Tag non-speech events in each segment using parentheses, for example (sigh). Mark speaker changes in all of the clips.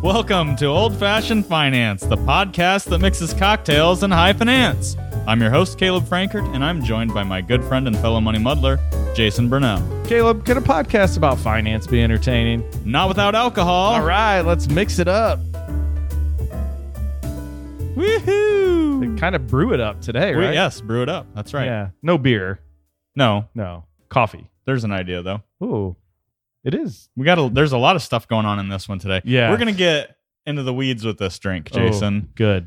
Speaker 1: Welcome to Old Fashioned Finance, the podcast that mixes cocktails and high finance. I'm your host, Caleb Frankert, and I'm joined by my good friend and fellow money muddler, Jason Burnell.
Speaker 2: Caleb, can a podcast about finance be entertaining?
Speaker 1: Not without alcohol.
Speaker 2: All right, let's mix it up.
Speaker 1: Woohoo!
Speaker 2: Kind of brew it up today,
Speaker 1: We-
Speaker 2: right?
Speaker 1: Yes, brew it up. That's right.
Speaker 2: Yeah. No beer.
Speaker 1: No,
Speaker 2: No. Coffee.
Speaker 1: there's an idea though.
Speaker 2: Ooh. It is.
Speaker 1: We got a, there's a lot of stuff going on in this one today.
Speaker 2: Yeah.
Speaker 1: We're gonna get into the weeds with this drink,
Speaker 2: Oh,
Speaker 1: Jason.
Speaker 2: good.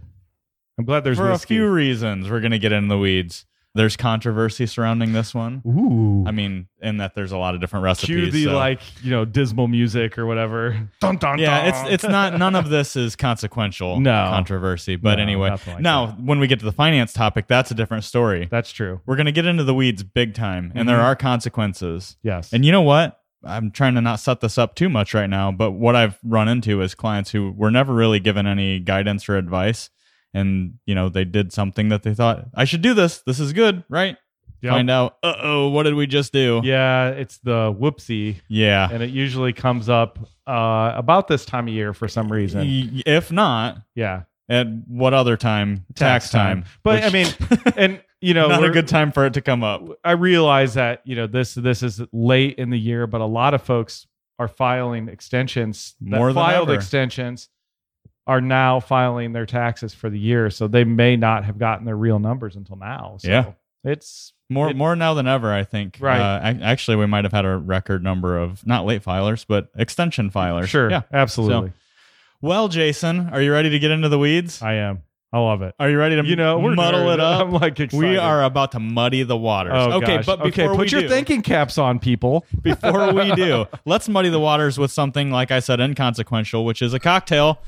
Speaker 2: I'm glad there's
Speaker 1: For
Speaker 2: whiskey.
Speaker 1: a few reasons, we're gonna get in the weeds. There's controversy surrounding this one.
Speaker 2: Ooh.
Speaker 1: I mean, in that there's a lot of different
Speaker 2: cue
Speaker 1: recipes.
Speaker 2: the
Speaker 1: so-
Speaker 2: like, you know, dismal music
Speaker 1: (laughs)
Speaker 2: or whatever. Dun, dun,
Speaker 1: yeah,
Speaker 2: dun.
Speaker 1: it's
Speaker 2: (laughs)
Speaker 1: it's not none of this is consequential
Speaker 2: No.
Speaker 1: controversy. But
Speaker 2: No,
Speaker 1: anyway,
Speaker 2: nothing like
Speaker 1: now
Speaker 2: that.
Speaker 1: when we get to the finance topic, that's a different story.
Speaker 2: That's true.
Speaker 1: We're gonna get into the weeds big time, and there
Speaker 2: Mhm.
Speaker 1: are consequences.
Speaker 2: Yes.
Speaker 1: And you know what? I'm trying to not set this up too much right now, but what I've run into is clients who were never really given any guidance or advice. And, you know, they did something that they thought, I should do this. This is good, right?
Speaker 2: Yep.
Speaker 1: Find out, uh oh, what did we just do?
Speaker 2: Yeah, it's the whoopsie.
Speaker 1: Yeah.
Speaker 2: And it usually comes up uh, about this time of year for some reason.
Speaker 1: Y- If not,
Speaker 2: Yeah.
Speaker 1: at what other time? Tax, time.
Speaker 2: But I mean,
Speaker 1: (laughs)
Speaker 2: and, you know,
Speaker 1: not a
Speaker 2: we're-
Speaker 1: good time for it to come up.
Speaker 2: I realize that you know this this is late in the year, but a lot of folks are filing extensions. That
Speaker 1: More than
Speaker 2: filed
Speaker 1: ever.
Speaker 2: extensions are now filing their taxes for the year, so they may not have gotten their real numbers until now. So
Speaker 1: Yeah.
Speaker 2: it's
Speaker 1: More
Speaker 2: It-
Speaker 1: more now than ever, I think.
Speaker 2: Right.
Speaker 1: Uh, ac- actually, we might have had a record number of not late filers, but extension filers.
Speaker 2: sure, Uh,
Speaker 1: Yeah.
Speaker 2: absolutely,
Speaker 1: Well, Jason, are you ready to get into the weeds?
Speaker 2: I am. I love it.
Speaker 1: Are you ready to
Speaker 2: You know, we're
Speaker 1: muddle
Speaker 2: nerds.
Speaker 1: it up?
Speaker 2: (laughs) I'm like excited.
Speaker 1: We are about to muddy the waters.
Speaker 2: Oh,
Speaker 1: okay,
Speaker 2: gosh.
Speaker 1: but before
Speaker 2: okay, put
Speaker 1: we
Speaker 2: your
Speaker 1: do,
Speaker 2: thinking caps
Speaker 1: (laughs)
Speaker 2: on, people.
Speaker 1: before we do, let's muddy the waters with something like I said inconsequential, which is a cocktail.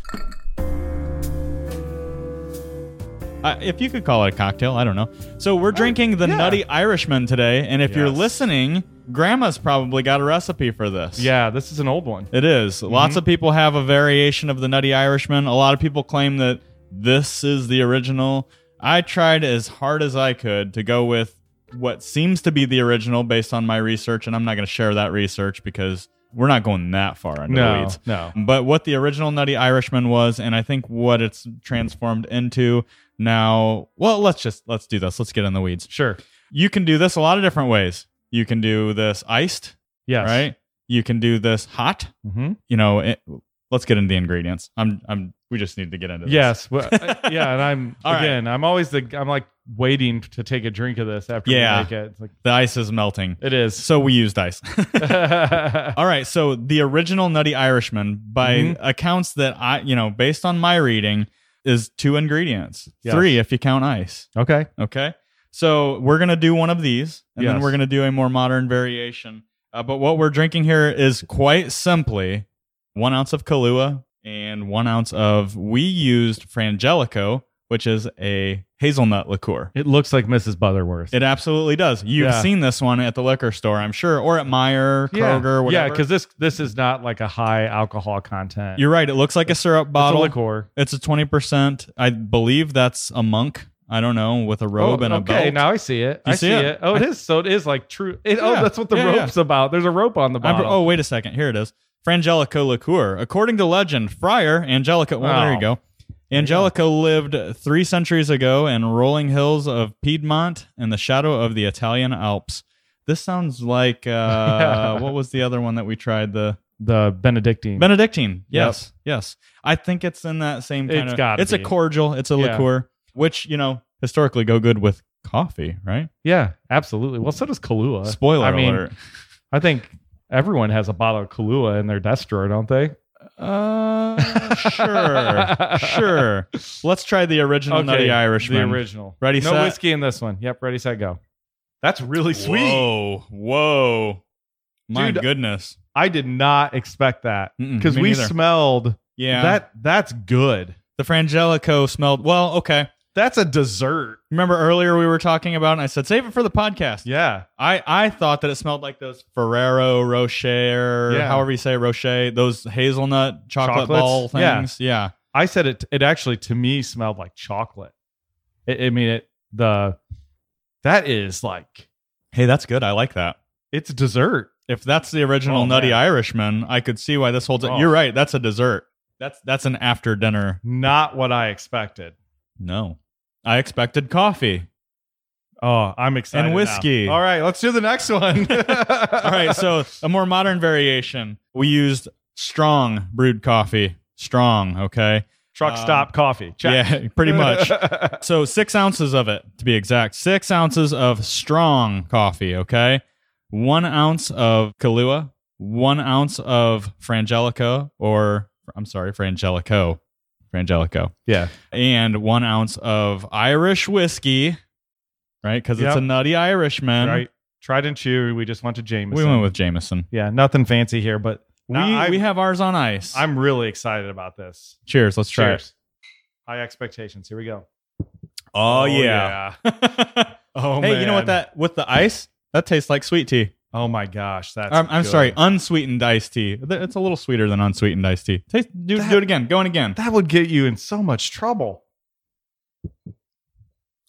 Speaker 1: Uh, if you could call it a cocktail, I don't know. So we're drinking the
Speaker 2: Oh, yeah.
Speaker 1: Nutty Irishman today, and if you're
Speaker 2: Yes.
Speaker 1: listening, Grandma's probably got a recipe for this.
Speaker 2: Yeah, this is an old one.
Speaker 1: It is.
Speaker 2: Mm-hmm.
Speaker 1: Lots of people have a variation of the Nutty Irishman. A lot of people claim that this is the original. I tried as hard as I could to go with what seems to be the original based on my research, and I'm not going to share that research because we're not going that far into the
Speaker 2: No,
Speaker 1: weeds.
Speaker 2: no.
Speaker 1: But what the original Nutty Irishman was, and I think what it's transformed into now. Well, let's just let's do this. Let's get in the weeds.
Speaker 2: Sure.
Speaker 1: You can do this a lot of different ways. You can do this iced,
Speaker 2: Yes.
Speaker 1: right? You can do this hot
Speaker 2: Mm-hmm.
Speaker 1: you know, it, let's get into the ingredients. I'm, I'm, we just need to get into this.
Speaker 2: Yes.
Speaker 1: (laughs)
Speaker 2: Well, uh, yeah. And I'm
Speaker 1: All right.
Speaker 2: again. I'm always the. I'm like waiting to take a drink of this after
Speaker 1: Yeah.
Speaker 2: we make it. It's like
Speaker 1: The ice is melting. (laughs)
Speaker 2: it is. (laughs)
Speaker 1: So we used ice.
Speaker 2: yeah.
Speaker 1: All right. So the original Nutty Irishman, by
Speaker 2: Mhm.
Speaker 1: accounts that I, you know, based on my reading, is two ingredients.
Speaker 2: Yes.
Speaker 1: Three if you count ice.
Speaker 2: Okay.
Speaker 1: Okay. So we're going to do one of these and then
Speaker 2: Yes.
Speaker 1: we're going to do a more modern variation. Uh, but what we're drinking here is quite simply one ounce of Kahlua and one ounce of, we used Frangelico, which is a hazelnut liqueur.
Speaker 2: It looks like Mrs. Butterworth.
Speaker 1: It absolutely does. You've
Speaker 2: Yeah.
Speaker 1: seen this one at the liquor store, I'm sure, or at Meyer,
Speaker 2: yeah.
Speaker 1: Kroger, whatever.
Speaker 2: Yeah, because this this is not like a high alcohol content.
Speaker 1: you're right. It looks like a syrup
Speaker 2: it's a
Speaker 1: bottle.
Speaker 2: liqueur.
Speaker 1: It's a 20%. I believe that's a monk. I don't know, with a robe
Speaker 2: oh,
Speaker 1: and a
Speaker 2: okay,
Speaker 1: belt.
Speaker 2: now I see it.
Speaker 1: You
Speaker 2: I
Speaker 1: see
Speaker 2: see,
Speaker 1: it?
Speaker 2: it. Oh, it is. So it is like true. It,
Speaker 1: Yeah.
Speaker 2: Oh, that's what the
Speaker 1: Yeah, yeah.
Speaker 2: rope's about. There's a rope on the
Speaker 1: I'm-
Speaker 2: bottle.
Speaker 1: oh, wait a second. Here it is. Frangelico liqueur. According to legend, Friar Angelica. Well, there you go.
Speaker 2: Wow.
Speaker 1: Angelica lived three centuries ago in rolling hills of Piedmont in the shadow of the Italian Alps. This sounds like uh,
Speaker 2: (laughs) Yeah.
Speaker 1: what was the other one that we tried? The
Speaker 2: the Benedictine.
Speaker 1: Benedictine. Yes, yes. I think it's in that same kind
Speaker 2: It's
Speaker 1: of.
Speaker 2: gotta
Speaker 1: it's a
Speaker 2: be.
Speaker 1: cordial. It's a
Speaker 2: Yeah.
Speaker 1: liqueur, which you know historically go good with coffee, right?
Speaker 2: yeah, absolutely. Well, so does Kahlua.
Speaker 1: Spoiler
Speaker 2: I mean, (laughs)
Speaker 1: alert.
Speaker 2: I think everyone has a bottle of Kahlua in their desk drawer, don't they? (laughs)
Speaker 1: Uh, sure, sure. Let's try the original Nutty Irishman.
Speaker 2: The original.
Speaker 1: Ready,
Speaker 2: no
Speaker 1: set?
Speaker 2: whiskey in this one. Yep, ready, set, go. That's really
Speaker 1: Whoa, whoa! My
Speaker 2: Dude,
Speaker 1: goodness.
Speaker 2: I did not expect that
Speaker 1: Mm-mm,
Speaker 2: because
Speaker 1: Mm, me
Speaker 2: we
Speaker 1: neither.
Speaker 2: smelled
Speaker 1: Yeah,
Speaker 2: that. That's good.
Speaker 1: the Frangelico smelled well. Okay,
Speaker 2: That's a dessert.
Speaker 1: remember earlier we were talking about, and I said save it for the podcast.
Speaker 2: Yeah.
Speaker 1: I I thought that it smelled like those Ferrero Rocher,
Speaker 2: Yeah.
Speaker 1: however you say Rocher, those hazelnut chocolate
Speaker 2: Chocolates?
Speaker 1: ball
Speaker 2: Yeah.
Speaker 1: things. Yeah,
Speaker 2: I said it. It actually, to me, smelled like chocolate. It, I mean, it, the, that is like,
Speaker 1: hey, that's good. I like that.
Speaker 2: it's dessert.
Speaker 1: If that's the original
Speaker 2: Oh,
Speaker 1: Nutty
Speaker 2: man.
Speaker 1: Irishman, I could see why this holds it.
Speaker 2: Oh.
Speaker 1: You're right. That's a dessert. That's that's an after dinner.
Speaker 2: Not what I expected.
Speaker 1: No, I expected coffee.
Speaker 2: Oh, I'm excited. now.
Speaker 1: whiskey.
Speaker 2: All right, let's do the next one.
Speaker 1: (laughs) All right, so a more modern variation. We used strong brewed coffee. Strong, okay.
Speaker 2: (laughs) truck stop coffee. Check.
Speaker 1: um, Yeah, (laughs) pretty
Speaker 2: (laughs)
Speaker 1: much. So six ounces of it, to be exact. Six ounces of strong coffee, okay? One ounce of Kahlua, one ounce of Frangelico, or I'm sorry, Frangelico. Frangelico.
Speaker 2: yeah.
Speaker 1: And one ounce of Irish whiskey, right? Because it's
Speaker 2: Yep.
Speaker 1: a nutty Irishman.
Speaker 2: Right. Tried and true. We just went to Jameson.
Speaker 1: We went with Jameson.
Speaker 2: yeah, nothing fancy here, but
Speaker 1: We,
Speaker 2: Now, I-
Speaker 1: we (laughs) have ours on ice.
Speaker 2: I'm really excited about this.
Speaker 1: Cheers. Let's try it.
Speaker 2: Cheers. High expectations. Here we go.
Speaker 1: Oh, yeah. (laughs)
Speaker 2: Oh
Speaker 1: hey, you know what
Speaker 2: man.
Speaker 1: that with the ice? That tastes like sweet tea.
Speaker 2: Oh my gosh, that's
Speaker 1: I'm, I'm
Speaker 2: good.
Speaker 1: sorry, unsweetened iced tea. Th- It's a little sweeter than unsweetened iced tea. Taste, do,
Speaker 2: That-
Speaker 1: do it again. Go in again.
Speaker 2: that would get you in so much trouble.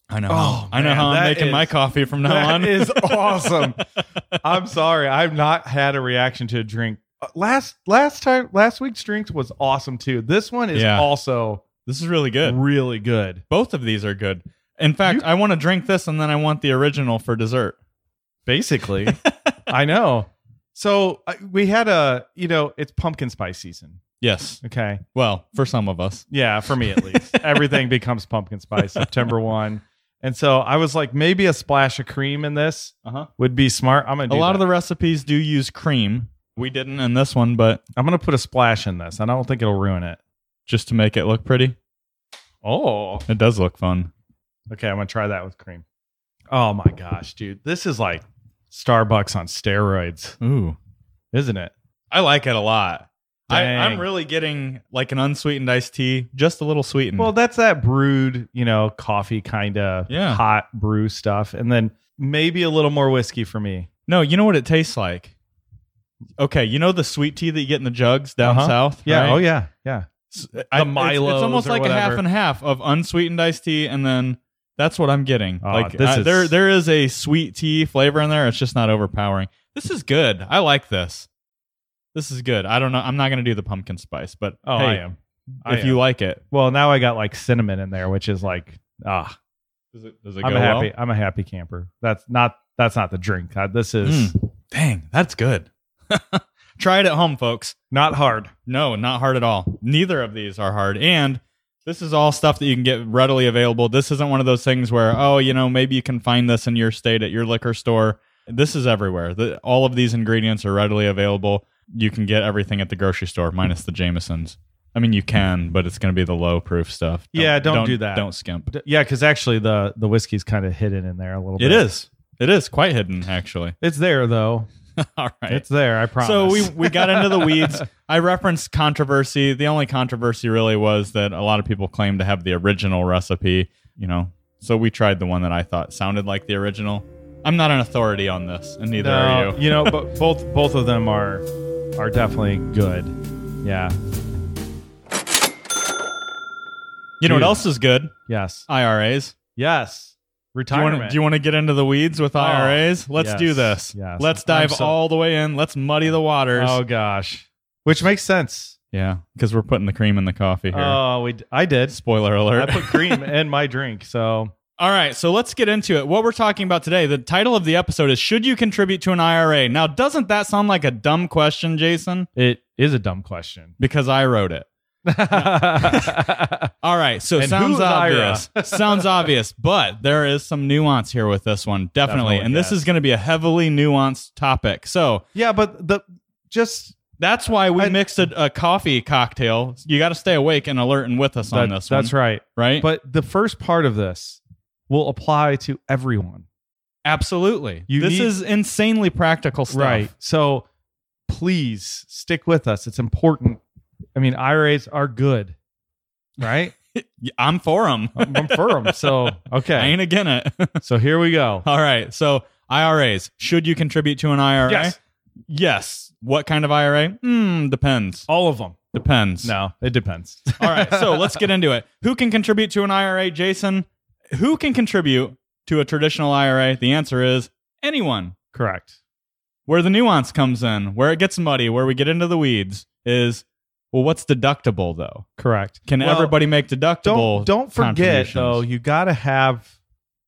Speaker 1: I know.
Speaker 2: Oh,
Speaker 1: how- I know
Speaker 2: man,
Speaker 1: how I'm
Speaker 2: that
Speaker 1: making my
Speaker 2: is-
Speaker 1: coffee from now
Speaker 2: that
Speaker 1: on. (laughs)
Speaker 2: is awesome. I'm sorry, I've not had a reaction to a drink. Uh, Last last time last week's drinks was awesome too. This one is
Speaker 1: Yeah.
Speaker 2: also
Speaker 1: this is really good.
Speaker 2: really good.
Speaker 1: Both of these are good. In fact,
Speaker 2: You-
Speaker 1: I want to drink this and then I want the original for dessert. (laughs)
Speaker 2: Basically, I know. So I- we had a, you know, it's pumpkin spice season.
Speaker 1: Yes.
Speaker 2: Okay.
Speaker 1: Well, for some of us.
Speaker 2: Yeah, for me at
Speaker 1: (laughs)
Speaker 2: least. Everything becomes pumpkin spice September 1. And so I was like, maybe a splash of cream in this
Speaker 1: Uh-huh.
Speaker 2: would be smart. I'm going to
Speaker 1: A lot of the recipes do use cream. We didn't in this one, but
Speaker 2: I'm going to put a splash in this. I don't think it'll ruin it.
Speaker 1: just to make it look pretty,
Speaker 2: Oh.
Speaker 1: it does look fun.
Speaker 2: Okay, I'm going to try that with cream. Oh my gosh, dude. This is like Starbucks on steroids,
Speaker 1: Ooh.
Speaker 2: isn't it?
Speaker 1: I like it a lot. I,
Speaker 2: Dang.
Speaker 1: I'm really getting like an unsweetened iced tea, just a little sweetened.
Speaker 2: Well, that's that brewed, you know, coffee kind of
Speaker 1: Yeah.
Speaker 2: hot brew stuff. And then maybe a little more whiskey for me.
Speaker 1: No, you know what it tastes like. Okay, you know the sweet tea that you get in the jugs down
Speaker 2: Uh-huh.
Speaker 1: south.
Speaker 2: Yeah.
Speaker 1: right?
Speaker 2: Oh, yeah. Yeah.
Speaker 1: S- I- it's- It's,
Speaker 2: Milos
Speaker 1: almost
Speaker 2: or
Speaker 1: like a half
Speaker 2: whatever.
Speaker 1: and half of unsweetened iced tea, and then that's what I'm getting.
Speaker 2: Ah,
Speaker 1: like
Speaker 2: this
Speaker 1: I-
Speaker 2: is-
Speaker 1: there, there is a sweet tea flavor in there. It's just not overpowering. This is good. I like this. This is good. I don't know. I'm not gonna do the pumpkin spice, but
Speaker 2: Oh,
Speaker 1: hey,
Speaker 2: I am. I
Speaker 1: if you
Speaker 2: am.
Speaker 1: like it,
Speaker 2: Well, now I got like cinnamon in there, which is like ah,
Speaker 1: does it, does it
Speaker 2: I'm
Speaker 1: go
Speaker 2: a happy.
Speaker 1: well?
Speaker 2: I'm a happy camper. That's not that's not the drink. Uh, this is
Speaker 1: Mm. Dang, that's good. (laughs) Try it at home, folks.
Speaker 2: not hard.
Speaker 1: No, not hard at all. Neither of these are hard. And this is all stuff that you can get readily available. This isn't one of those things where, oh, you know, maybe you can find this in your state at your liquor store. This is everywhere. The, all of these ingredients are readily available. You can get everything at the grocery store, minus the Jamesons. I mean, you can, but it's going to be the low proof stuff.
Speaker 2: Yeah, don't do that.
Speaker 1: Don't skimp.
Speaker 2: D- Yeah, because actually the the whiskey's kind of hidden in there a little.
Speaker 1: It
Speaker 2: bit.
Speaker 1: is. It is quite hidden, actually. (laughs)
Speaker 2: It's there though.
Speaker 1: all right.
Speaker 2: It's there. I promise.
Speaker 1: So we, we got into the weeds. I referenced controversy. The only controversy really was that a lot of people claim to have the original recipe, you know. So we tried the one that I thought sounded like the original. I'm not an authority on this, and neither
Speaker 2: No,
Speaker 1: are you.
Speaker 2: you know, (laughs) but both both of them are are definitely good. Yeah.
Speaker 1: You know what
Speaker 2: Dude.
Speaker 1: else is good?
Speaker 2: Yes.
Speaker 1: IRAs.
Speaker 2: Yes.
Speaker 1: Do you,
Speaker 2: Retirement.
Speaker 1: want to, do you want to get into the weeds with IRAs? Let's
Speaker 2: Oh, yes,
Speaker 1: do this.
Speaker 2: yes.
Speaker 1: Let's dive
Speaker 2: I'm so-
Speaker 1: all the way in. Let's muddy the waters.
Speaker 2: oh gosh. Which makes sense.
Speaker 1: Yeah, because we're putting the cream in the coffee here.
Speaker 2: Oh, we d- I did.
Speaker 1: Spoiler alert.
Speaker 2: I put (laughs) cream in my drink, so
Speaker 1: All right, so let's get into it. What we're talking about today, the title of the episode is Should You Contribute to an IRA? Now, doesn't that sound like a dumb question, Jason?
Speaker 2: it is a dumb (laughs) question.
Speaker 1: Because I wrote it.
Speaker 2: okay,
Speaker 1: All right, so
Speaker 2: And
Speaker 1: sounds
Speaker 2: who's IRA?
Speaker 1: obvious.
Speaker 2: (laughs)
Speaker 1: sounds obvious, but there is some nuance here with this one, definitely.
Speaker 2: Definitely,
Speaker 1: and this
Speaker 2: yes.
Speaker 1: is going to be a heavily nuanced topic. So
Speaker 2: yeah, but the just
Speaker 1: that's why we
Speaker 2: I-
Speaker 1: mixed a, a coffee cocktail. You got to stay awake and alert and with us on
Speaker 2: that-
Speaker 1: this one.
Speaker 2: that's right.
Speaker 1: right.
Speaker 2: But the first part of this will apply to everyone,
Speaker 1: Absolutely.
Speaker 2: You
Speaker 1: this
Speaker 2: need-
Speaker 1: is insanely practical stuff.
Speaker 2: So please stick with us. It's important. I mean, IRAs are good,
Speaker 1: (laughs)
Speaker 2: right?
Speaker 1: I'm for them.
Speaker 2: I'm, I'm for 'em, So
Speaker 1: I
Speaker 2: okay,
Speaker 1: ain't again it. (laughs)
Speaker 2: so here we go.
Speaker 1: All right. So IRAs. Should you contribute to an IRA?
Speaker 2: Yes,
Speaker 1: Yes. What kind of IRA? Hmm. Depends.
Speaker 2: all of them.
Speaker 1: Depends.
Speaker 2: No, it depends.
Speaker 1: (laughs) All right. So let's get into it. Who can contribute to an IRA, Jason? Who can contribute to a traditional IRA? The answer is anyone.
Speaker 2: (laughs) Correct.
Speaker 1: Where the nuance comes in, where it gets muddy, where we get into the weeds is Well, what's deductible though?
Speaker 2: Correct.
Speaker 1: Can
Speaker 2: Well,
Speaker 1: everybody make deductible?
Speaker 2: Don't don't forget
Speaker 1: contributions?
Speaker 2: though, you gotta have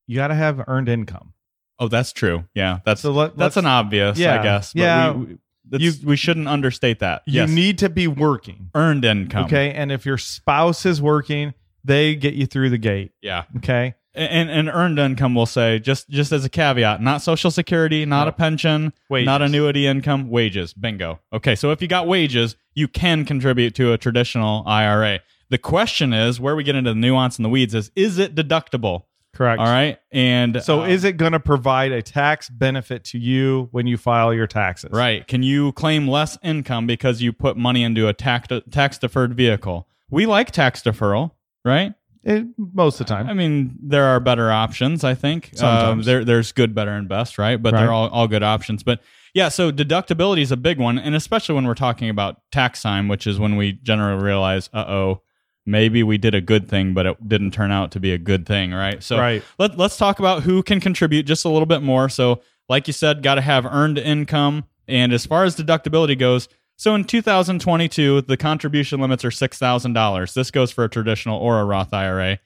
Speaker 2: you gotta have earned income.
Speaker 1: Oh, that's true. Yeah, that's
Speaker 2: So let,
Speaker 1: that's
Speaker 2: let's-
Speaker 1: an obvious, I
Speaker 2: Yeah,
Speaker 1: guess. But
Speaker 2: yeah.
Speaker 1: we, we- that's- we shouldn't understate that.
Speaker 2: you
Speaker 1: yes,
Speaker 2: need to be working.
Speaker 1: earned income.
Speaker 2: Okay. And if your spouse is working, they get you through the gate.
Speaker 1: Yeah,
Speaker 2: Okay.
Speaker 1: and and earned income will say just just as a caveat, not social security, not
Speaker 2: No.
Speaker 1: a pension,
Speaker 2: Wages.
Speaker 1: not annuity income, wages. Bingo. Okay, so if you got wages, you can contribute to a traditional IRA. The question is where we get into the nuance and the weeds is is it deductible?
Speaker 2: Correct.
Speaker 1: All right, and
Speaker 2: So
Speaker 1: um,
Speaker 2: is it going to provide a tax benefit to you when you file your taxes?
Speaker 1: Right. Can you claim less income because you put money into a tax tax deferred vehicle? We like tax deferral, right?
Speaker 2: It, Eh, most of the time.
Speaker 1: I mean, there are better options, I think. Uh,
Speaker 2: Sometimes.
Speaker 1: there, there's good, better, and best, right? But they're
Speaker 2: Right.
Speaker 1: all, all good options. But yeah, so deductibility is a big one. And especially when we're talking about tax time, which is when we generally realize, uh oh, maybe we did a good thing, but it didn't turn out to be a good thing, right? So
Speaker 2: right.
Speaker 1: let, let's talk about who can contribute just a little bit more. So, like you said, got to have earned income. And as far as deductibility goes, so in 2022, the contribution limits are $6,000. This goes for a traditional or a Roth IRA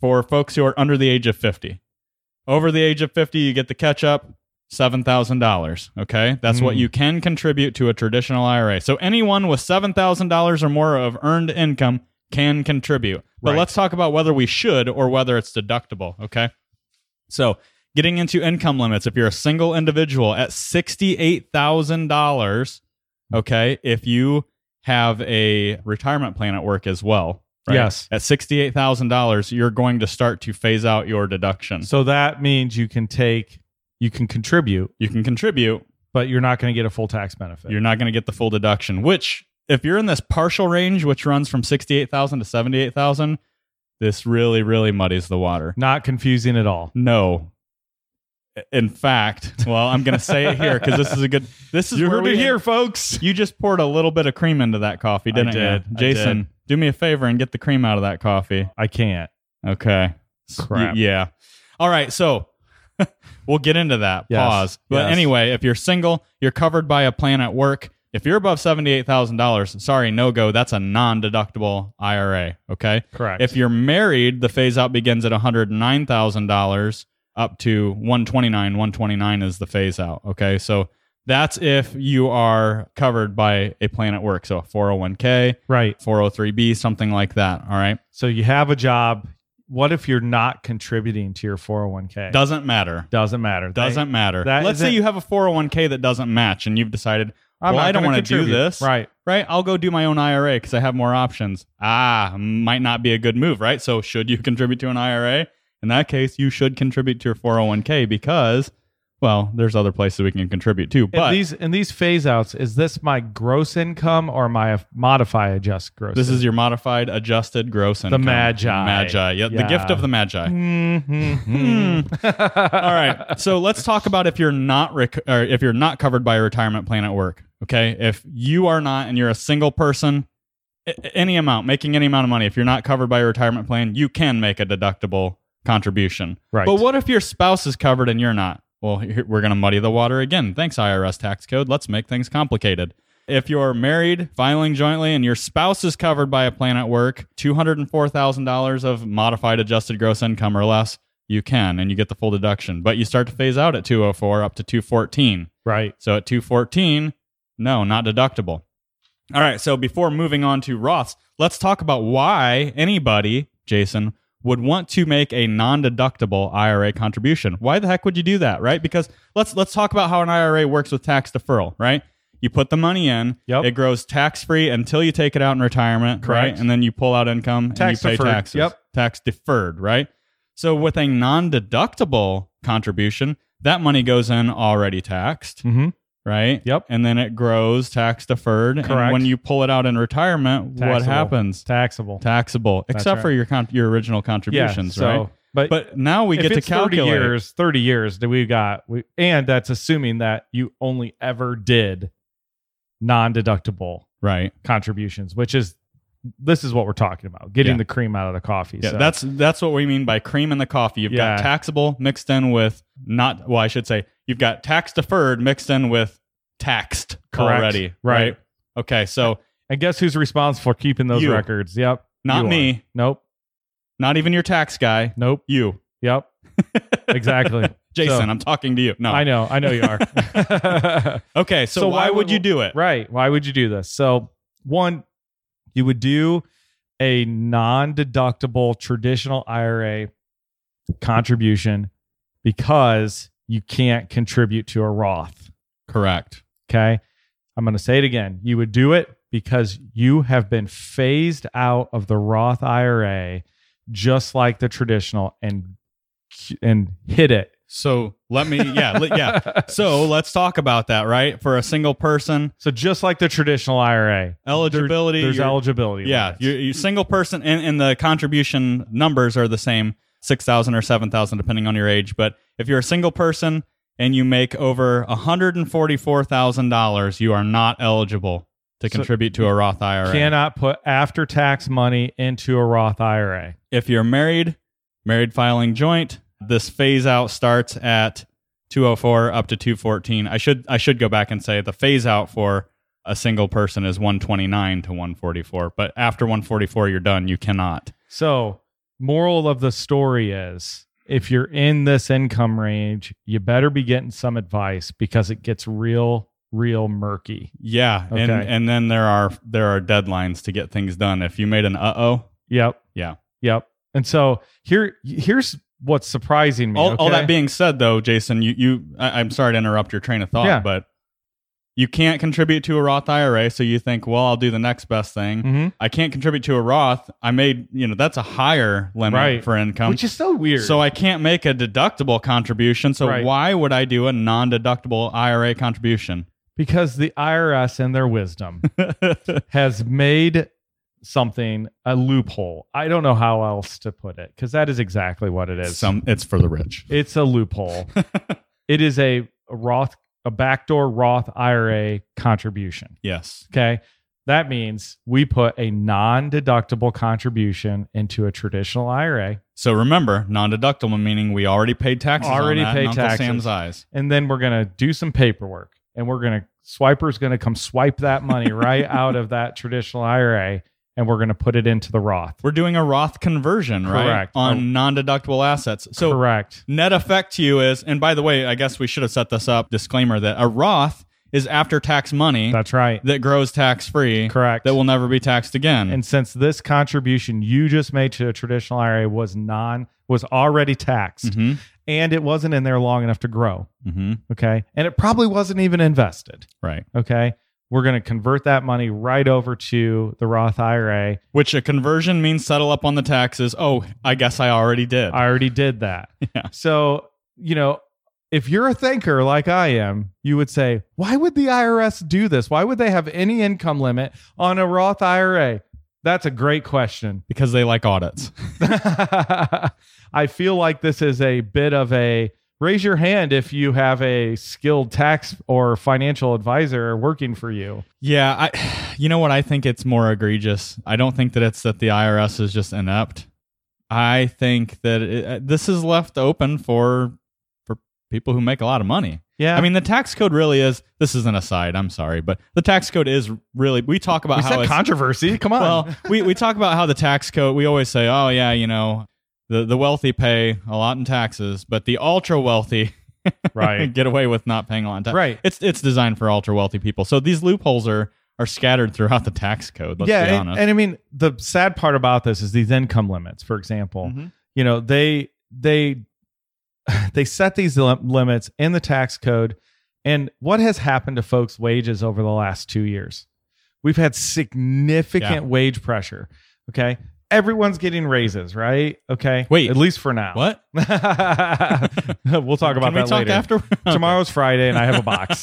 Speaker 1: for folks who are under the age of 50. Over the age of 50, you get the catch up. $7,000. Okay. That's what
Speaker 2: Mm.
Speaker 1: you can contribute to a traditional IRA. So anyone with $7,000 or more of earned income can contribute. But
Speaker 2: Right.
Speaker 1: let's talk about whether we should or whether it's deductible. Okay. So getting into income limits, if you're a single individual at $68,000, okay, if you have a retirement plan at work as well. Right?
Speaker 2: Yes.
Speaker 1: At $68,000, you're going to start to phase out your deduction. So
Speaker 2: So that means you can take, you can contribute,
Speaker 1: you can contribute,
Speaker 2: but you're not going to get a full tax benefit.
Speaker 1: you're not going to get the full deduction which if you're in this partial range which runs from 68000 to 78000 this really really muddies the water
Speaker 2: not confusing at all.
Speaker 1: no in fact well i'm going to say it here because this is a good this is
Speaker 2: You
Speaker 1: where
Speaker 2: heard
Speaker 1: we
Speaker 2: it here, folks.
Speaker 1: you just poured a little bit of cream into that coffee
Speaker 2: I
Speaker 1: didn't
Speaker 2: did.
Speaker 1: you
Speaker 2: I
Speaker 1: jason
Speaker 2: did.
Speaker 1: do me a favor and get the cream out of that coffee
Speaker 2: I can't.
Speaker 1: okay S- y-
Speaker 2: Crap.
Speaker 1: yeah all right so (laughs) we'll get into that
Speaker 2: Yes.
Speaker 1: pause but
Speaker 2: Yes.
Speaker 1: anyway if you're single you're covered by a plan at work if you're above $78000 sorry no go that's a non-deductible ira okay
Speaker 2: Correct.
Speaker 1: if you're married the phase out begins at $109000 up to 129 129 is the phase out okay so that's if you are covered by a plan at work so a 401k
Speaker 2: right.
Speaker 1: 403b something like that all right
Speaker 2: So you have a job. What if you're not contributing to your 401k?
Speaker 1: doesn't matter
Speaker 2: doesn't matter. They-
Speaker 1: Doesn't matter.
Speaker 2: that
Speaker 1: Let's say
Speaker 2: isn't-
Speaker 1: you have a 401k that doesn't match and you've decided,
Speaker 2: I'm
Speaker 1: well,
Speaker 2: not
Speaker 1: I don't
Speaker 2: gonna
Speaker 1: want to do
Speaker 2: contribute.
Speaker 1: this.
Speaker 2: Right.
Speaker 1: Right? I'll go do my own IRA because I have more options. Ah, might not be a good move, right? So, should you (laughs) contribute to an IRA? In that case, you should contribute to your 401k because, well, there's other places we can contribute to.
Speaker 2: in
Speaker 1: But
Speaker 2: these in these phase outs, is this my gross income or my modify adjust gross?
Speaker 1: this is your modified adjusted gross income.
Speaker 2: Magi.
Speaker 1: Magi. Yeah, The gift
Speaker 2: Yeah.
Speaker 1: of the Magi.
Speaker 2: hmm
Speaker 1: Mm-hmm. (laughs) All right. So let's talk about if you're not rec- or if you're not covered by a retirement plan at work. Okay. If you are not and you're a single person, a- a- any amount, making any amount of money, if you're not covered by a retirement plan, you can make a deductible contribution.
Speaker 2: (laughs) Right.
Speaker 1: But what if your spouse is covered and you're not? Well, here- we're going to muddy the water again. Thanks, IRS tax code. Let's make things complicated. If you're married, filing jointly, and your spouse is covered by a plan at work, $204,000 of modified adjusted gross income or less, you can, and you get the full deduction. But you start to phase out at 204 up to 214.
Speaker 2: Right.
Speaker 1: So at 214, no, not deductible. All right. So before moving on to Roths, let's talk about why anybody, Jason, would want to make a non-deductible IRA contribution. Why the heck would you do that, right? Because let's let's talk about how an IRA works with tax deferral, right? You put the money in,
Speaker 2: Yep.
Speaker 1: it grows tax-free until you take it out in retirement, right?
Speaker 2: Correct.
Speaker 1: And then you pull out income
Speaker 2: Tax
Speaker 1: and you pay
Speaker 2: deferred.
Speaker 1: taxes.
Speaker 2: Yep.
Speaker 1: Tax deferred, right? So with a non-deductible contribution, that money goes in already taxed
Speaker 2: Mm-hmm.
Speaker 1: right?
Speaker 2: Yep.
Speaker 1: And then it grows tax deferred. And
Speaker 2: Correct.
Speaker 1: when you pull it out in retirement, what
Speaker 2: Taxable.
Speaker 1: happens?
Speaker 2: Taxable.
Speaker 1: Taxable,
Speaker 2: That's
Speaker 1: except
Speaker 2: right.
Speaker 1: for your con- your original
Speaker 2: Yeah,
Speaker 1: contributions,
Speaker 2: so,
Speaker 1: right?
Speaker 2: But,
Speaker 1: But now we
Speaker 2: if
Speaker 1: get to
Speaker 2: it's 30
Speaker 1: calculate.
Speaker 2: years, 30 years that we got, we, and that's assuming that you only ever did non-deductible
Speaker 1: Right.
Speaker 2: contributions, which is this is what we're talking about, getting
Speaker 1: Yeah.
Speaker 2: the cream out of the coffee.
Speaker 1: Yeah,
Speaker 2: so.
Speaker 1: that's that's what we mean by cream in the coffee. You've
Speaker 2: Yeah.
Speaker 1: got taxable mixed in with not well, I should say you've got tax deferred mixed in with taxed
Speaker 2: Correct.
Speaker 1: already.
Speaker 2: Right.
Speaker 1: Okay, so
Speaker 2: And guess who's responsible for keeping those
Speaker 1: You.
Speaker 2: records? Yep.
Speaker 1: Not
Speaker 2: you are.
Speaker 1: me.
Speaker 2: Nope.
Speaker 1: Not even your tax guy.
Speaker 2: Nope.
Speaker 1: You, (laughs)
Speaker 2: Yep. Exactly.
Speaker 1: Jason.
Speaker 2: So-
Speaker 1: I'm talking to you. No.
Speaker 2: I know. I know
Speaker 1: (laughs)
Speaker 2: you are. (laughs)
Speaker 1: Okay. So,
Speaker 2: So
Speaker 1: why,
Speaker 2: why
Speaker 1: would
Speaker 2: would-
Speaker 1: you do it?
Speaker 2: right. Why would you do this? So, one, you would do a non deductible traditional IRA contribution because you can't contribute to a Roth.
Speaker 1: Correct.
Speaker 2: Okay. I'm going to say it again. You would do it because you have been phased out of the Roth IRA just like the traditional and and hit it.
Speaker 1: So let me. Yeah. let-
Speaker 2: (laughs)
Speaker 1: yeah. So let's talk about that. Right. For a single person,
Speaker 2: so just like the traditional IRA,
Speaker 1: eligibility.
Speaker 2: there's
Speaker 1: you're-
Speaker 2: eligibility.
Speaker 1: Yeah,
Speaker 2: limits.
Speaker 1: you you single person, and, and the contribution numbers are the same, six thousand or seven thousand, depending on your age. But if you're a single person and you make over one hundred and forty-four thousand dollars, you are not eligible to
Speaker 2: So-
Speaker 1: contribute to a Roth IRA.
Speaker 2: cannot put after tax money into a Roth IRA.
Speaker 1: if you're married, married filing joint, this phase out starts at 204 up to 214. I should I should go back and say the phase out for a single person is 129 to 144, but after 144 you're done, you cannot.
Speaker 2: So, moral of the story is if you're in this income range, you better be getting some advice because it gets real, real murky.
Speaker 1: Yeah, and
Speaker 2: Okay.
Speaker 1: and then there are there are deadlines to get things done. If you made an uh oh,
Speaker 2: Yep.
Speaker 1: Yeah.
Speaker 2: Yep. And so here, here's what's surprising me.
Speaker 1: all, all
Speaker 2: okay?
Speaker 1: that being said, though, Jason, you you I, I'm sorry to interrupt your train of thought,
Speaker 2: Yeah.
Speaker 1: but you can't contribute to a Roth IRA, so you think, well, I'll do the next best thing.
Speaker 2: Mhm.
Speaker 1: I can't contribute to a Roth. I made you know that's a higher limit
Speaker 2: Right.
Speaker 1: for income,
Speaker 2: which is so weird.
Speaker 1: so I can't make a deductible contribution. So
Speaker 2: Right.
Speaker 1: why would I do a non-deductible IRA
Speaker 2: (laughs)
Speaker 1: contribution?
Speaker 2: because the IRS and their
Speaker 1: (laughs)
Speaker 2: wisdom has made something a loophole. I don't know how else to put it because that is exactly what it is.
Speaker 1: Some it's for the rich.
Speaker 2: It's
Speaker 1: (laughs)
Speaker 2: a loophole. it is a Roth, a backdoor Roth IRA contribution.
Speaker 1: Yes.
Speaker 2: Okay. That means we put a non deductible contribution into a traditional IRA
Speaker 1: So remember, non-deductible meaning we already paid taxes. on
Speaker 2: Already
Speaker 1: that in
Speaker 2: paid
Speaker 1: Uncle
Speaker 2: taxes.
Speaker 1: Sam's eyes.
Speaker 2: and then we're going to do some paperwork and we're going to swiper's going to come swipe that money
Speaker 1: (laughs)
Speaker 2: right out of that traditional IRA and we're going to put it into the Roth.
Speaker 1: We're doing a Roth conversion, right?
Speaker 2: Correct.
Speaker 1: On
Speaker 2: Oh.
Speaker 1: non-deductible assets. So
Speaker 2: Correct.
Speaker 1: net effect to you is, and by the way, I guess we should have set this up. Disclaimer that a Roth is after-tax money
Speaker 2: That's right.
Speaker 1: that grows tax-free.
Speaker 2: Correct.
Speaker 1: That will never be taxed again.
Speaker 2: and since this contribution you just made to a traditional IRA was non was already taxed
Speaker 1: Mhm.
Speaker 2: and it wasn't in there long enough to grow,
Speaker 1: Mhm.
Speaker 2: okay? And it probably wasn't even invested,
Speaker 1: Right.
Speaker 2: okay? We're going to convert that money right over to the Roth IRA.
Speaker 1: Which a conversion means settle up on the taxes. Oh, I guess I already did.
Speaker 2: I already did that.
Speaker 1: Yeah.
Speaker 2: So, you know, if you're a thinker like I am, you would say, why would the IRS do this? Why would they have any income limit on a Roth IRA? That's a great question.
Speaker 1: because they like audits.
Speaker 2: (laughs) I feel like this is a bit of a raise your hand if you have a skilled tax or financial advisor working for you.
Speaker 1: Yeah, I you know what I think it's more egregious. I don't think that it's that the IRS is just inept. I think that it, uh, this is left open for for people who make a lot of money.
Speaker 2: Yeah.
Speaker 1: I mean, the tax code really is this is an aside, I'm sorry, but the tax code is really we talk about
Speaker 2: we
Speaker 1: how
Speaker 2: said
Speaker 1: it's
Speaker 2: controversy. Come on.
Speaker 1: well, we, we talk about how the tax code, we always say, oh, yeah, you know, the, the wealthy pay a lot in taxes, but the ultra wealthy (laughs)
Speaker 2: right.
Speaker 1: get away with not paying a lot in taxes.
Speaker 2: Right.
Speaker 1: It's, it's designed for ultra wealthy people. So these loopholes are, are scattered throughout the tax code, let's
Speaker 2: yeah.
Speaker 1: be
Speaker 2: And,
Speaker 1: honest.
Speaker 2: and I mean, the sad part about this is these income limits, for example.
Speaker 1: Mhm.
Speaker 2: you know they they (laughs) they set these lim- limits in the tax code and what has happened to folks wages over the last 2 years we've had significant
Speaker 1: Yeah.
Speaker 2: wage pressure okay everyone's getting raises right okay
Speaker 1: Wait.
Speaker 2: at least for now
Speaker 1: What?
Speaker 2: (laughs) we'll talk about
Speaker 1: Can we
Speaker 2: that
Speaker 1: talk
Speaker 2: later
Speaker 1: after? (laughs)
Speaker 2: tomorrow's friday and i have a box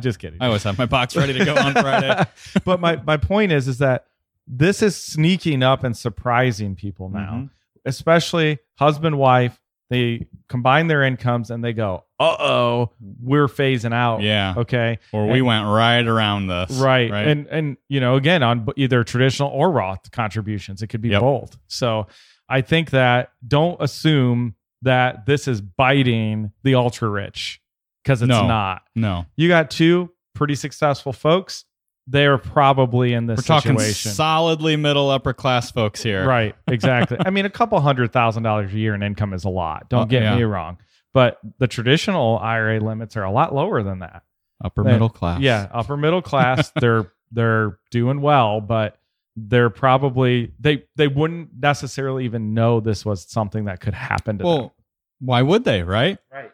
Speaker 2: (laughs) just kidding
Speaker 1: I always have my box ready to go
Speaker 2: (laughs)
Speaker 1: on Friday.
Speaker 2: but my my point is is that this is sneaking up and surprising people now
Speaker 1: Mhm.
Speaker 2: especially husband wife they combine their incomes and they go uh-oh we're phasing out
Speaker 1: Yeah.
Speaker 2: Oh. okay
Speaker 1: Or we
Speaker 2: And-
Speaker 1: went right around this.
Speaker 2: right.
Speaker 1: Right.
Speaker 2: and and you know again on b- either traditional or roth contributions it could be
Speaker 1: Yep.
Speaker 2: both so i think that don't assume that this is biting the ultra rich because it's
Speaker 1: No.
Speaker 2: not
Speaker 1: no.
Speaker 2: you got two pretty successful folks they're probably in this
Speaker 1: We're talking
Speaker 2: situation.
Speaker 1: solidly middle upper class folks here.
Speaker 2: Right, exactly. I mean, a couple hundred thousand dollars a year in income is a lot. Don't
Speaker 1: Uh,
Speaker 2: get
Speaker 1: yeah.
Speaker 2: me wrong. But the traditional IRA limits are a lot lower than that.
Speaker 1: Upper
Speaker 2: That-
Speaker 1: middle class.
Speaker 2: Yeah, upper middle
Speaker 1: (laughs)
Speaker 2: class, they're they're doing well, but they're probably they they wouldn't necessarily even know this was something that could happen to them.
Speaker 1: Well, why would they, right?
Speaker 2: Right.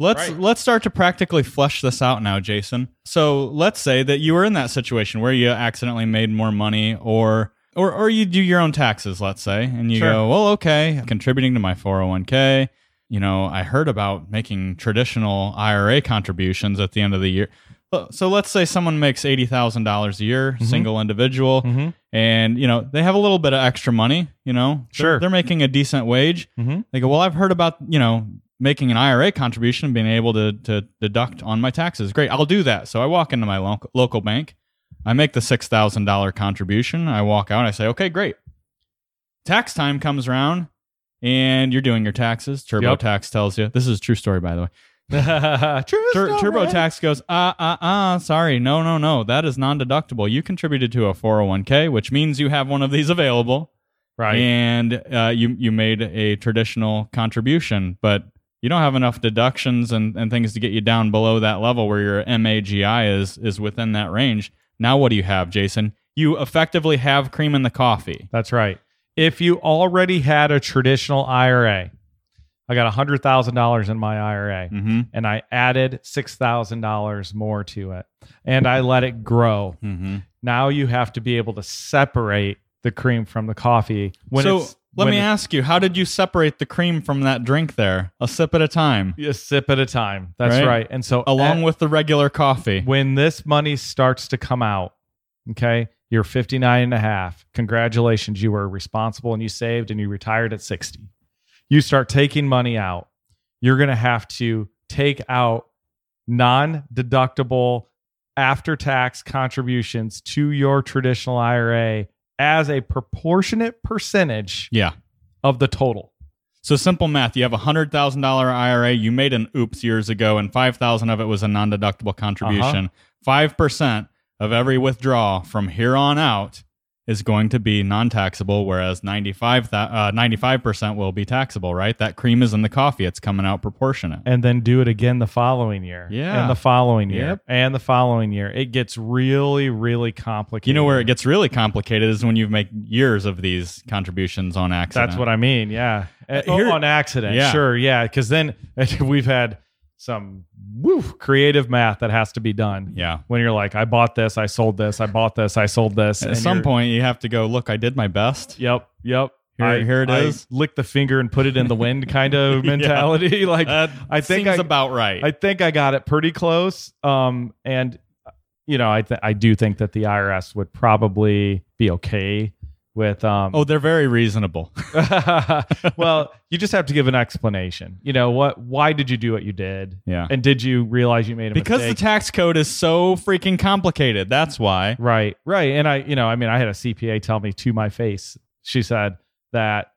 Speaker 1: Let's
Speaker 2: Right.
Speaker 1: let's start to practically flesh this out now, Jason. So let's say that you were in that situation where you accidentally made more money or or or you do your own taxes, let's say, and you
Speaker 2: Sure.
Speaker 1: go, Well, okay, I'm contributing to my four oh one K. You know, I heard about making traditional IRA contributions at the end of the year. But- So let's say someone makes eighty thousand dollars a year,
Speaker 2: Mhm.
Speaker 1: single individual,
Speaker 2: Mm-hmm.
Speaker 1: and you know, they have a little bit of extra money, you know. They're-
Speaker 2: Sure.
Speaker 1: they're making a decent wage.
Speaker 2: Mm-hmm.
Speaker 1: They go, well, I've heard about you know making an IRA contribution, and being able to to deduct on my taxes. Great, I'll do that. So I walk into my lo- local bank, I make the six thousand dollar contribution. I walk out, I say, okay, great. Tax time comes around, and you're doing your taxes.
Speaker 2: Yep.
Speaker 1: TurboTax tells you this is a true story, by the way. (laughs)
Speaker 2: True
Speaker 1: Tur-
Speaker 2: story.
Speaker 1: TurboTax goes, ah, ah, ah, sorry, no, no, no, that is non deductible. You contributed to a 401k, which means you have one of these available
Speaker 2: Right.
Speaker 1: and uh, you you made a traditional contribution, but you don't have enough deductions and, and things to get you down below that level where your MAGI is is within that range. Now what do you have, Jason? You effectively have cream in the coffee.
Speaker 2: That's right. If you already had a traditional IRA, I got $100,000 in my IRA
Speaker 1: Mm-hmm.
Speaker 2: and I added $6,000 more to it and I let it grow.
Speaker 1: Mm-hmm.
Speaker 2: Now you have to be able to separate the cream from the coffee.
Speaker 1: so
Speaker 2: it's-
Speaker 1: let
Speaker 2: when
Speaker 1: me
Speaker 2: it's
Speaker 1: ask you, how did you separate the cream from that drink there? A sip at a time,
Speaker 2: a sip at a time. That's
Speaker 1: Right.
Speaker 2: right. And so
Speaker 1: along with the regular coffee.
Speaker 2: when this money starts to come out, okay, you're 59 and a half. Congratulations, you were responsible and you saved and you retired at 60. You start taking money out, you're going to have to take out non deductible after tax contributions to your traditional IRA as a proportionate percentage
Speaker 1: Yeah.
Speaker 2: of the total.
Speaker 1: So simple math: you have a hundred thousand dollar IRA. You made an oops years ago, and five thousand of it was a non-deductible contribution.
Speaker 2: Uh-huh.
Speaker 1: 5 percent of every withdrawal from here on out is going to be non-taxable, whereas ninety-five percent will be taxable. Right? That cream is in the coffee; it's coming out proportionate.
Speaker 2: and then do it again the following year.
Speaker 1: Yeah.
Speaker 2: And the following year.
Speaker 1: Yep.
Speaker 2: And the following year. It gets really, really complicated.
Speaker 1: you know where it gets really complicated is when you make years of these contributions on accident.
Speaker 2: That's what I mean. Yeah. Uh,
Speaker 1: Uh, here-
Speaker 2: oh, on accident.
Speaker 1: Yeah.
Speaker 2: Sure. Yeah. Because then (laughs) we've had some woo, creative math that has to be done.
Speaker 1: yeah.
Speaker 2: When you're like, I bought this, I sold this, I bought this, I sold this.
Speaker 1: At
Speaker 2: and
Speaker 1: some
Speaker 2: you're-
Speaker 1: point, you have to go look. I did my best.
Speaker 2: Yep. Yep.
Speaker 1: Here- here it
Speaker 2: I
Speaker 1: is.
Speaker 2: Lick the finger and put it in the
Speaker 1: (laughs)
Speaker 2: wind kind of
Speaker 1: Yeah.
Speaker 2: mentality. (laughs) Like
Speaker 1: That
Speaker 2: I think
Speaker 1: seems
Speaker 2: I-
Speaker 1: about right.
Speaker 2: I think I got it pretty close. Um, and you know, I th- I do think that the IRS would probably be okay with um.
Speaker 1: oh, they're very reasonable.
Speaker 2: (laughs) well, you just have to give an explanation. You know what? Why did you do what you did?
Speaker 1: Yeah.
Speaker 2: And did you realize you made a
Speaker 1: because
Speaker 2: mistake?
Speaker 1: the tax code is so freaking complicated. That's why.
Speaker 2: right, right. And I, you know, I mean, I had a CPA tell me to my face. She said that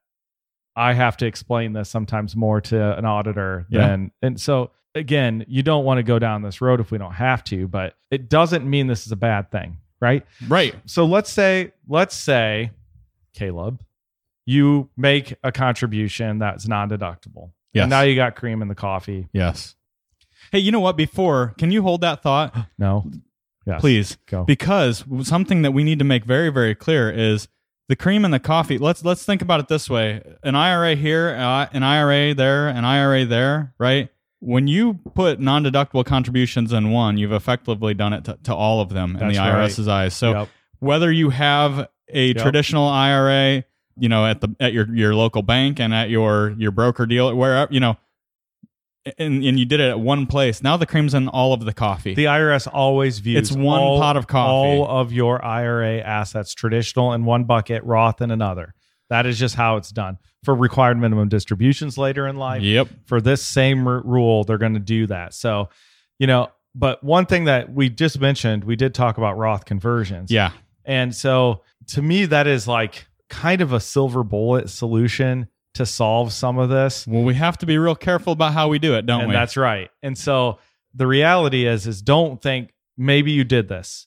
Speaker 2: I have to explain this sometimes more to an auditor
Speaker 1: Yeah.
Speaker 2: than, and so again, you don't want to go down this road if we don't have to, but it doesn't mean this is a bad thing, right?
Speaker 1: Right.
Speaker 2: So let's say, let's say, Caleb, you make a contribution that's non-deductible.
Speaker 1: Yes.
Speaker 2: And now you got cream in the coffee.
Speaker 1: yes. Hey, you know what? Before, can you hold that thought,
Speaker 2: No. (gasps) Yes.
Speaker 1: please?
Speaker 2: go.
Speaker 1: Because something that we need to make very, very clear is the cream and the coffee. Let's let's think about it this way: an IRA here, uh, an IRA there, an IRA there. Right. When you put non-deductible contributions in one, you've effectively done it to, to all of them in
Speaker 2: That's
Speaker 1: the
Speaker 2: right.
Speaker 1: IRS's eyes. So
Speaker 2: Yep.
Speaker 1: whether you have a
Speaker 2: Yep.
Speaker 1: traditional IRA, you know, at the at your your local bank and at your your broker deal, wherever you know, and and you did it at one place. Now the cream's in all of the coffee.
Speaker 2: The IRS always views
Speaker 1: It's one
Speaker 2: all-
Speaker 1: pot of coffee.
Speaker 2: all of your IRA assets, traditional in one bucket, Roth in another. That is just how it's done for required minimum distributions later in life.
Speaker 1: yep.
Speaker 2: For this same r- rule, they're going to do that. So, you know, but one thing that we just mentioned, we did talk about Roth conversions.
Speaker 1: Yeah.
Speaker 2: And so to me, that is like kind of a silver bullet solution to solve some of this
Speaker 1: Well, we have to be real careful about how we do it, don't
Speaker 2: and
Speaker 1: we?
Speaker 2: that's right. And so the reality is, is don't think maybe you did this.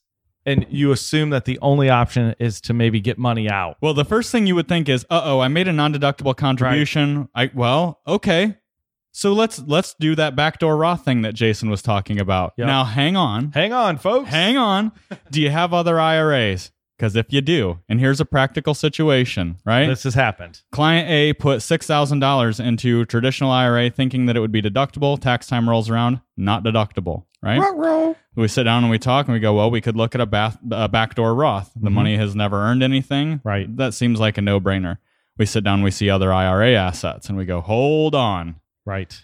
Speaker 2: and you assume that the only option is to maybe get money out.
Speaker 1: Well, the first thing you would think is, "Uh oh, I made a non-deductible contribution." I well, okay. So let's let's do that backdoor Roth thing that Jason was talking about.
Speaker 2: Yep.
Speaker 1: Now, hang on.
Speaker 2: Hang on, folks.
Speaker 1: Hang on. do you have other IRAs? Cuz if you do, and here's a practical situation, right?
Speaker 2: This has happened.
Speaker 1: Client A put $6,000 into traditional IRA thinking that it would be deductible. Tax time rolls around, not deductible, right?
Speaker 2: Ruh-roh.
Speaker 1: we sit down and we talk and we go, well, we could look at a, bath, a backdoor Roth. The
Speaker 2: Mhm.
Speaker 1: money has never earned anything.
Speaker 2: Right.
Speaker 1: That seems like a no brainer. We sit down, we see other IRA assets, and we go, hold on.
Speaker 2: Right.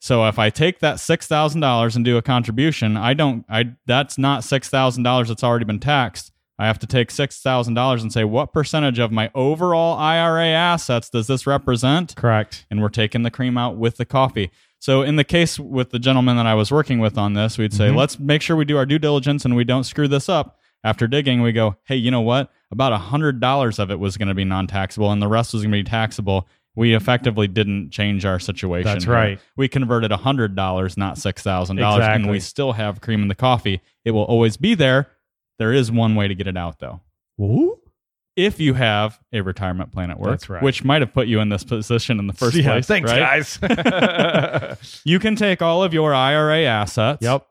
Speaker 1: So if I take that six thousand dollars and do a contribution, I don't. I that's not six thousand dollars that's already been taxed. I have to take six thousand dollars and say what percentage of my overall IRA assets does this represent?
Speaker 2: Correct.
Speaker 1: and we're taking the cream out with the coffee. So in the case with the gentleman that I was working with on this, we'd say,
Speaker 2: Mhm.
Speaker 1: let's make sure we do our due diligence and we don't screw this up. After digging, we go, hey, you know what? About hundred dollars of it was going to be non-taxable, and the rest was going to be taxable. We effectively didn't change our situation.
Speaker 2: That's
Speaker 1: here.
Speaker 2: right.
Speaker 1: We converted hundred dollars, not six thousand dollars, and
Speaker 2: Exactly.
Speaker 1: we still have cream in the coffee. It will always be there. There is one way to get it out, though
Speaker 2: Woo.
Speaker 1: if you have a retirement plan at work,
Speaker 2: That's right.
Speaker 1: which might have put you in this position in the first
Speaker 2: (laughs) Yeah,
Speaker 1: place.
Speaker 2: Thanks,
Speaker 1: right? (laughs)
Speaker 2: guys. (laughs)
Speaker 1: You can take all of your IRA assets,
Speaker 2: yep.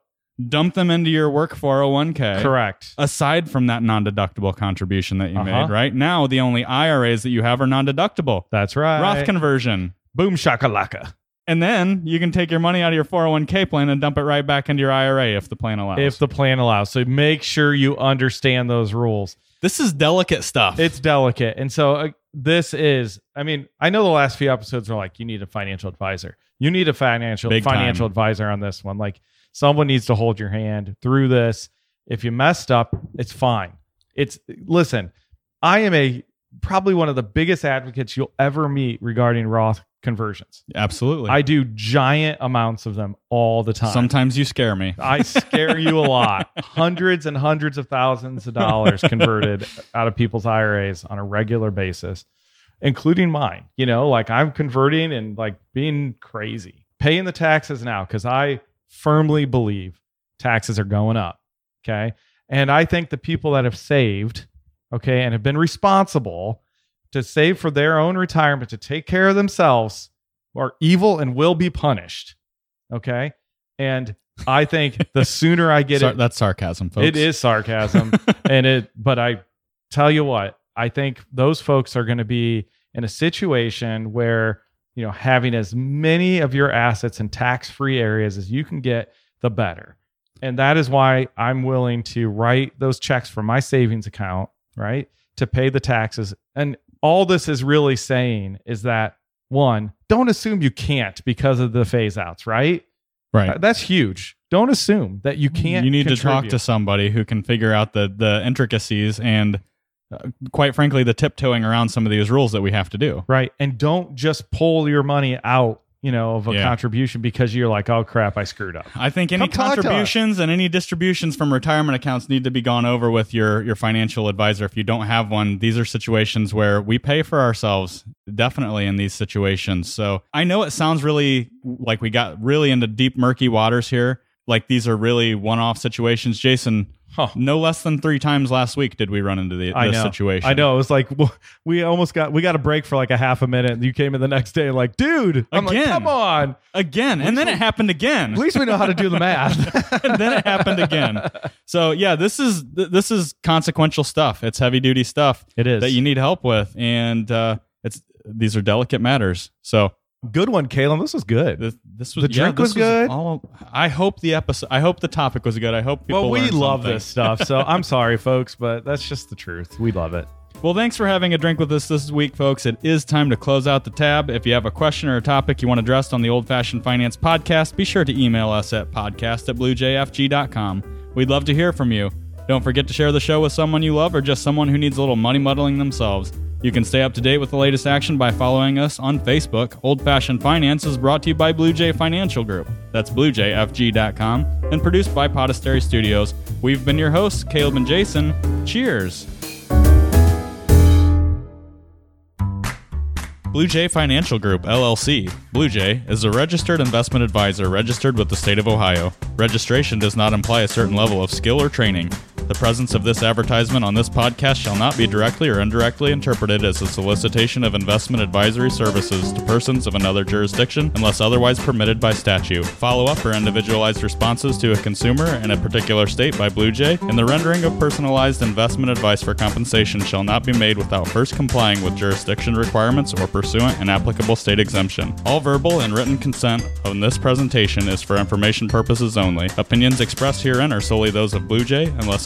Speaker 1: dump them into your work 401k.
Speaker 2: Correct.
Speaker 1: Aside from that non deductible contribution that you
Speaker 2: Uh-huh.
Speaker 1: made, right? Now, the only IRAs that you have are non deductible.
Speaker 2: That's right.
Speaker 1: Roth conversion.
Speaker 2: Boom shakalaka.
Speaker 1: And then you can take your money out of your 401k plan and dump it right back into your IRA if the plan allows.
Speaker 2: If the plan allows. So make sure you understand those rules.
Speaker 1: this is delicate stuff.
Speaker 2: It's delicate. And so uh, this is, I mean, I know the last few episodes were like, you need a financial advisor. You need a financial
Speaker 1: Big
Speaker 2: financial
Speaker 1: time.
Speaker 2: advisor on this one. Like someone needs to hold your hand through this. If you messed up, it's fine. It's listen, I am a probably one of the biggest advocates you'll ever meet regarding Roth conversions.
Speaker 1: absolutely.
Speaker 2: I do giant amounts of them all the time.
Speaker 1: Sometimes you scare me.
Speaker 2: I scare you a lot. Hundreds and hundreds of thousands of dollars converted out of people's IRAs on a regular basis, including mine. You know, like I'm converting and like being crazy, paying the taxes now because I firmly believe taxes are going up. Okay. And I think the people that have saved, okay, and have been responsible to save for their own retirement, to take care of themselves, are evil and will be punished. Okay. And I think the sooner
Speaker 1: (laughs)
Speaker 2: I get
Speaker 1: Sar-
Speaker 2: it,
Speaker 1: That's sarcasm, folks. (laughs)
Speaker 2: it is sarcasm. and it, but I tell you what, I think those folks are going to be in a situation where, you know, having as many of your assets in tax free areas as you can get, the better. And that is why I'm willing to write those checks from my savings account, right? To pay the taxes. And all this is really saying is that one, don't assume you can't because of the phase outs, right?
Speaker 1: Right.
Speaker 2: Uh, That's huge. Don't assume that you can't.
Speaker 1: You need to talk
Speaker 2: contribute.
Speaker 1: to somebody who can figure out the the intricacies and, uh, quite frankly, the tiptoeing around some of these rules that we have to do.
Speaker 2: Right. And don't just pull your money out, you know, of a
Speaker 1: Yeah.
Speaker 2: contribution because you're like, oh crap, I screwed up.
Speaker 1: I think any
Speaker 2: Come talk to us.
Speaker 1: contributions and any distributions from retirement accounts need to be gone over with your your financial advisor if you don't have one. These are situations where we pay for ourselves definitely in these situations. So, I know it sounds really like we got really into deep murky waters here. Like these are really one-off situations. Jason,
Speaker 2: Huh.
Speaker 1: no less than 3 times last week did we run into the,
Speaker 2: I
Speaker 1: this
Speaker 2: know.
Speaker 1: situation.
Speaker 2: I know. It was like w- we almost got we got a break for like a half a minute. And you came in the next day like, dude, I'm like,
Speaker 1: Again.
Speaker 2: come on.
Speaker 1: again and then it happened again
Speaker 2: At least we know how to do the (laughs)
Speaker 1: (laughs)
Speaker 2: math.
Speaker 1: and then it happened again so yeah this is th- this is consequential stuff it's heavy duty stuff
Speaker 2: It is
Speaker 1: that you need help with and uh it's these are delicate matters so
Speaker 2: good one, Caleb. This was good.
Speaker 1: this, this was
Speaker 2: The
Speaker 1: yeah,
Speaker 2: drink
Speaker 1: this
Speaker 2: was good.
Speaker 1: all- i hope the episode i hope the topic was good i hope people
Speaker 2: well, we
Speaker 1: learned
Speaker 2: love
Speaker 1: something.
Speaker 2: this stuff. So I'm sorry, folks, but that's just the truth. We love it.
Speaker 1: Well, thanks for having a drink with us this week, folks. It is time to close out the tab. If you have a question or a topic you want addressed on the Old Fashioned Finance Podcast, be sure to email us at podcast at bluejfg.com. We'd love to hear from you. Don't forget to share the show with someone you love or just someone who needs a little money muddling themselves. You can stay up to date with the latest action by following us on Facebook. Old Fashioned Finance is brought to you by Blue Jay Financial Group. That's bluejfg.com and produced by Podastery Studios. We've been your hosts, Caleb and Jason. Cheers. Blue Jay Financial Group, LLC. Blue Jay is a registered investment advisor registered with the state of Ohio. Registration does not imply a certain level of skill or training. The presence of this advertisement on this podcast shall not be directly or indirectly interpreted as a solicitation of investment advisory services to persons of another jurisdiction unless otherwise permitted by statute. Follow up or individualized responses to a consumer in a particular state by Blue Jay, and the rendering of personalized investment advice for compensation shall not be made without first complying with jurisdiction requirements or pursuant an applicable state exemption. All verbal and written consent on this presentation is for information purposes only. Opinions expressed herein are solely those of Blue Jay unless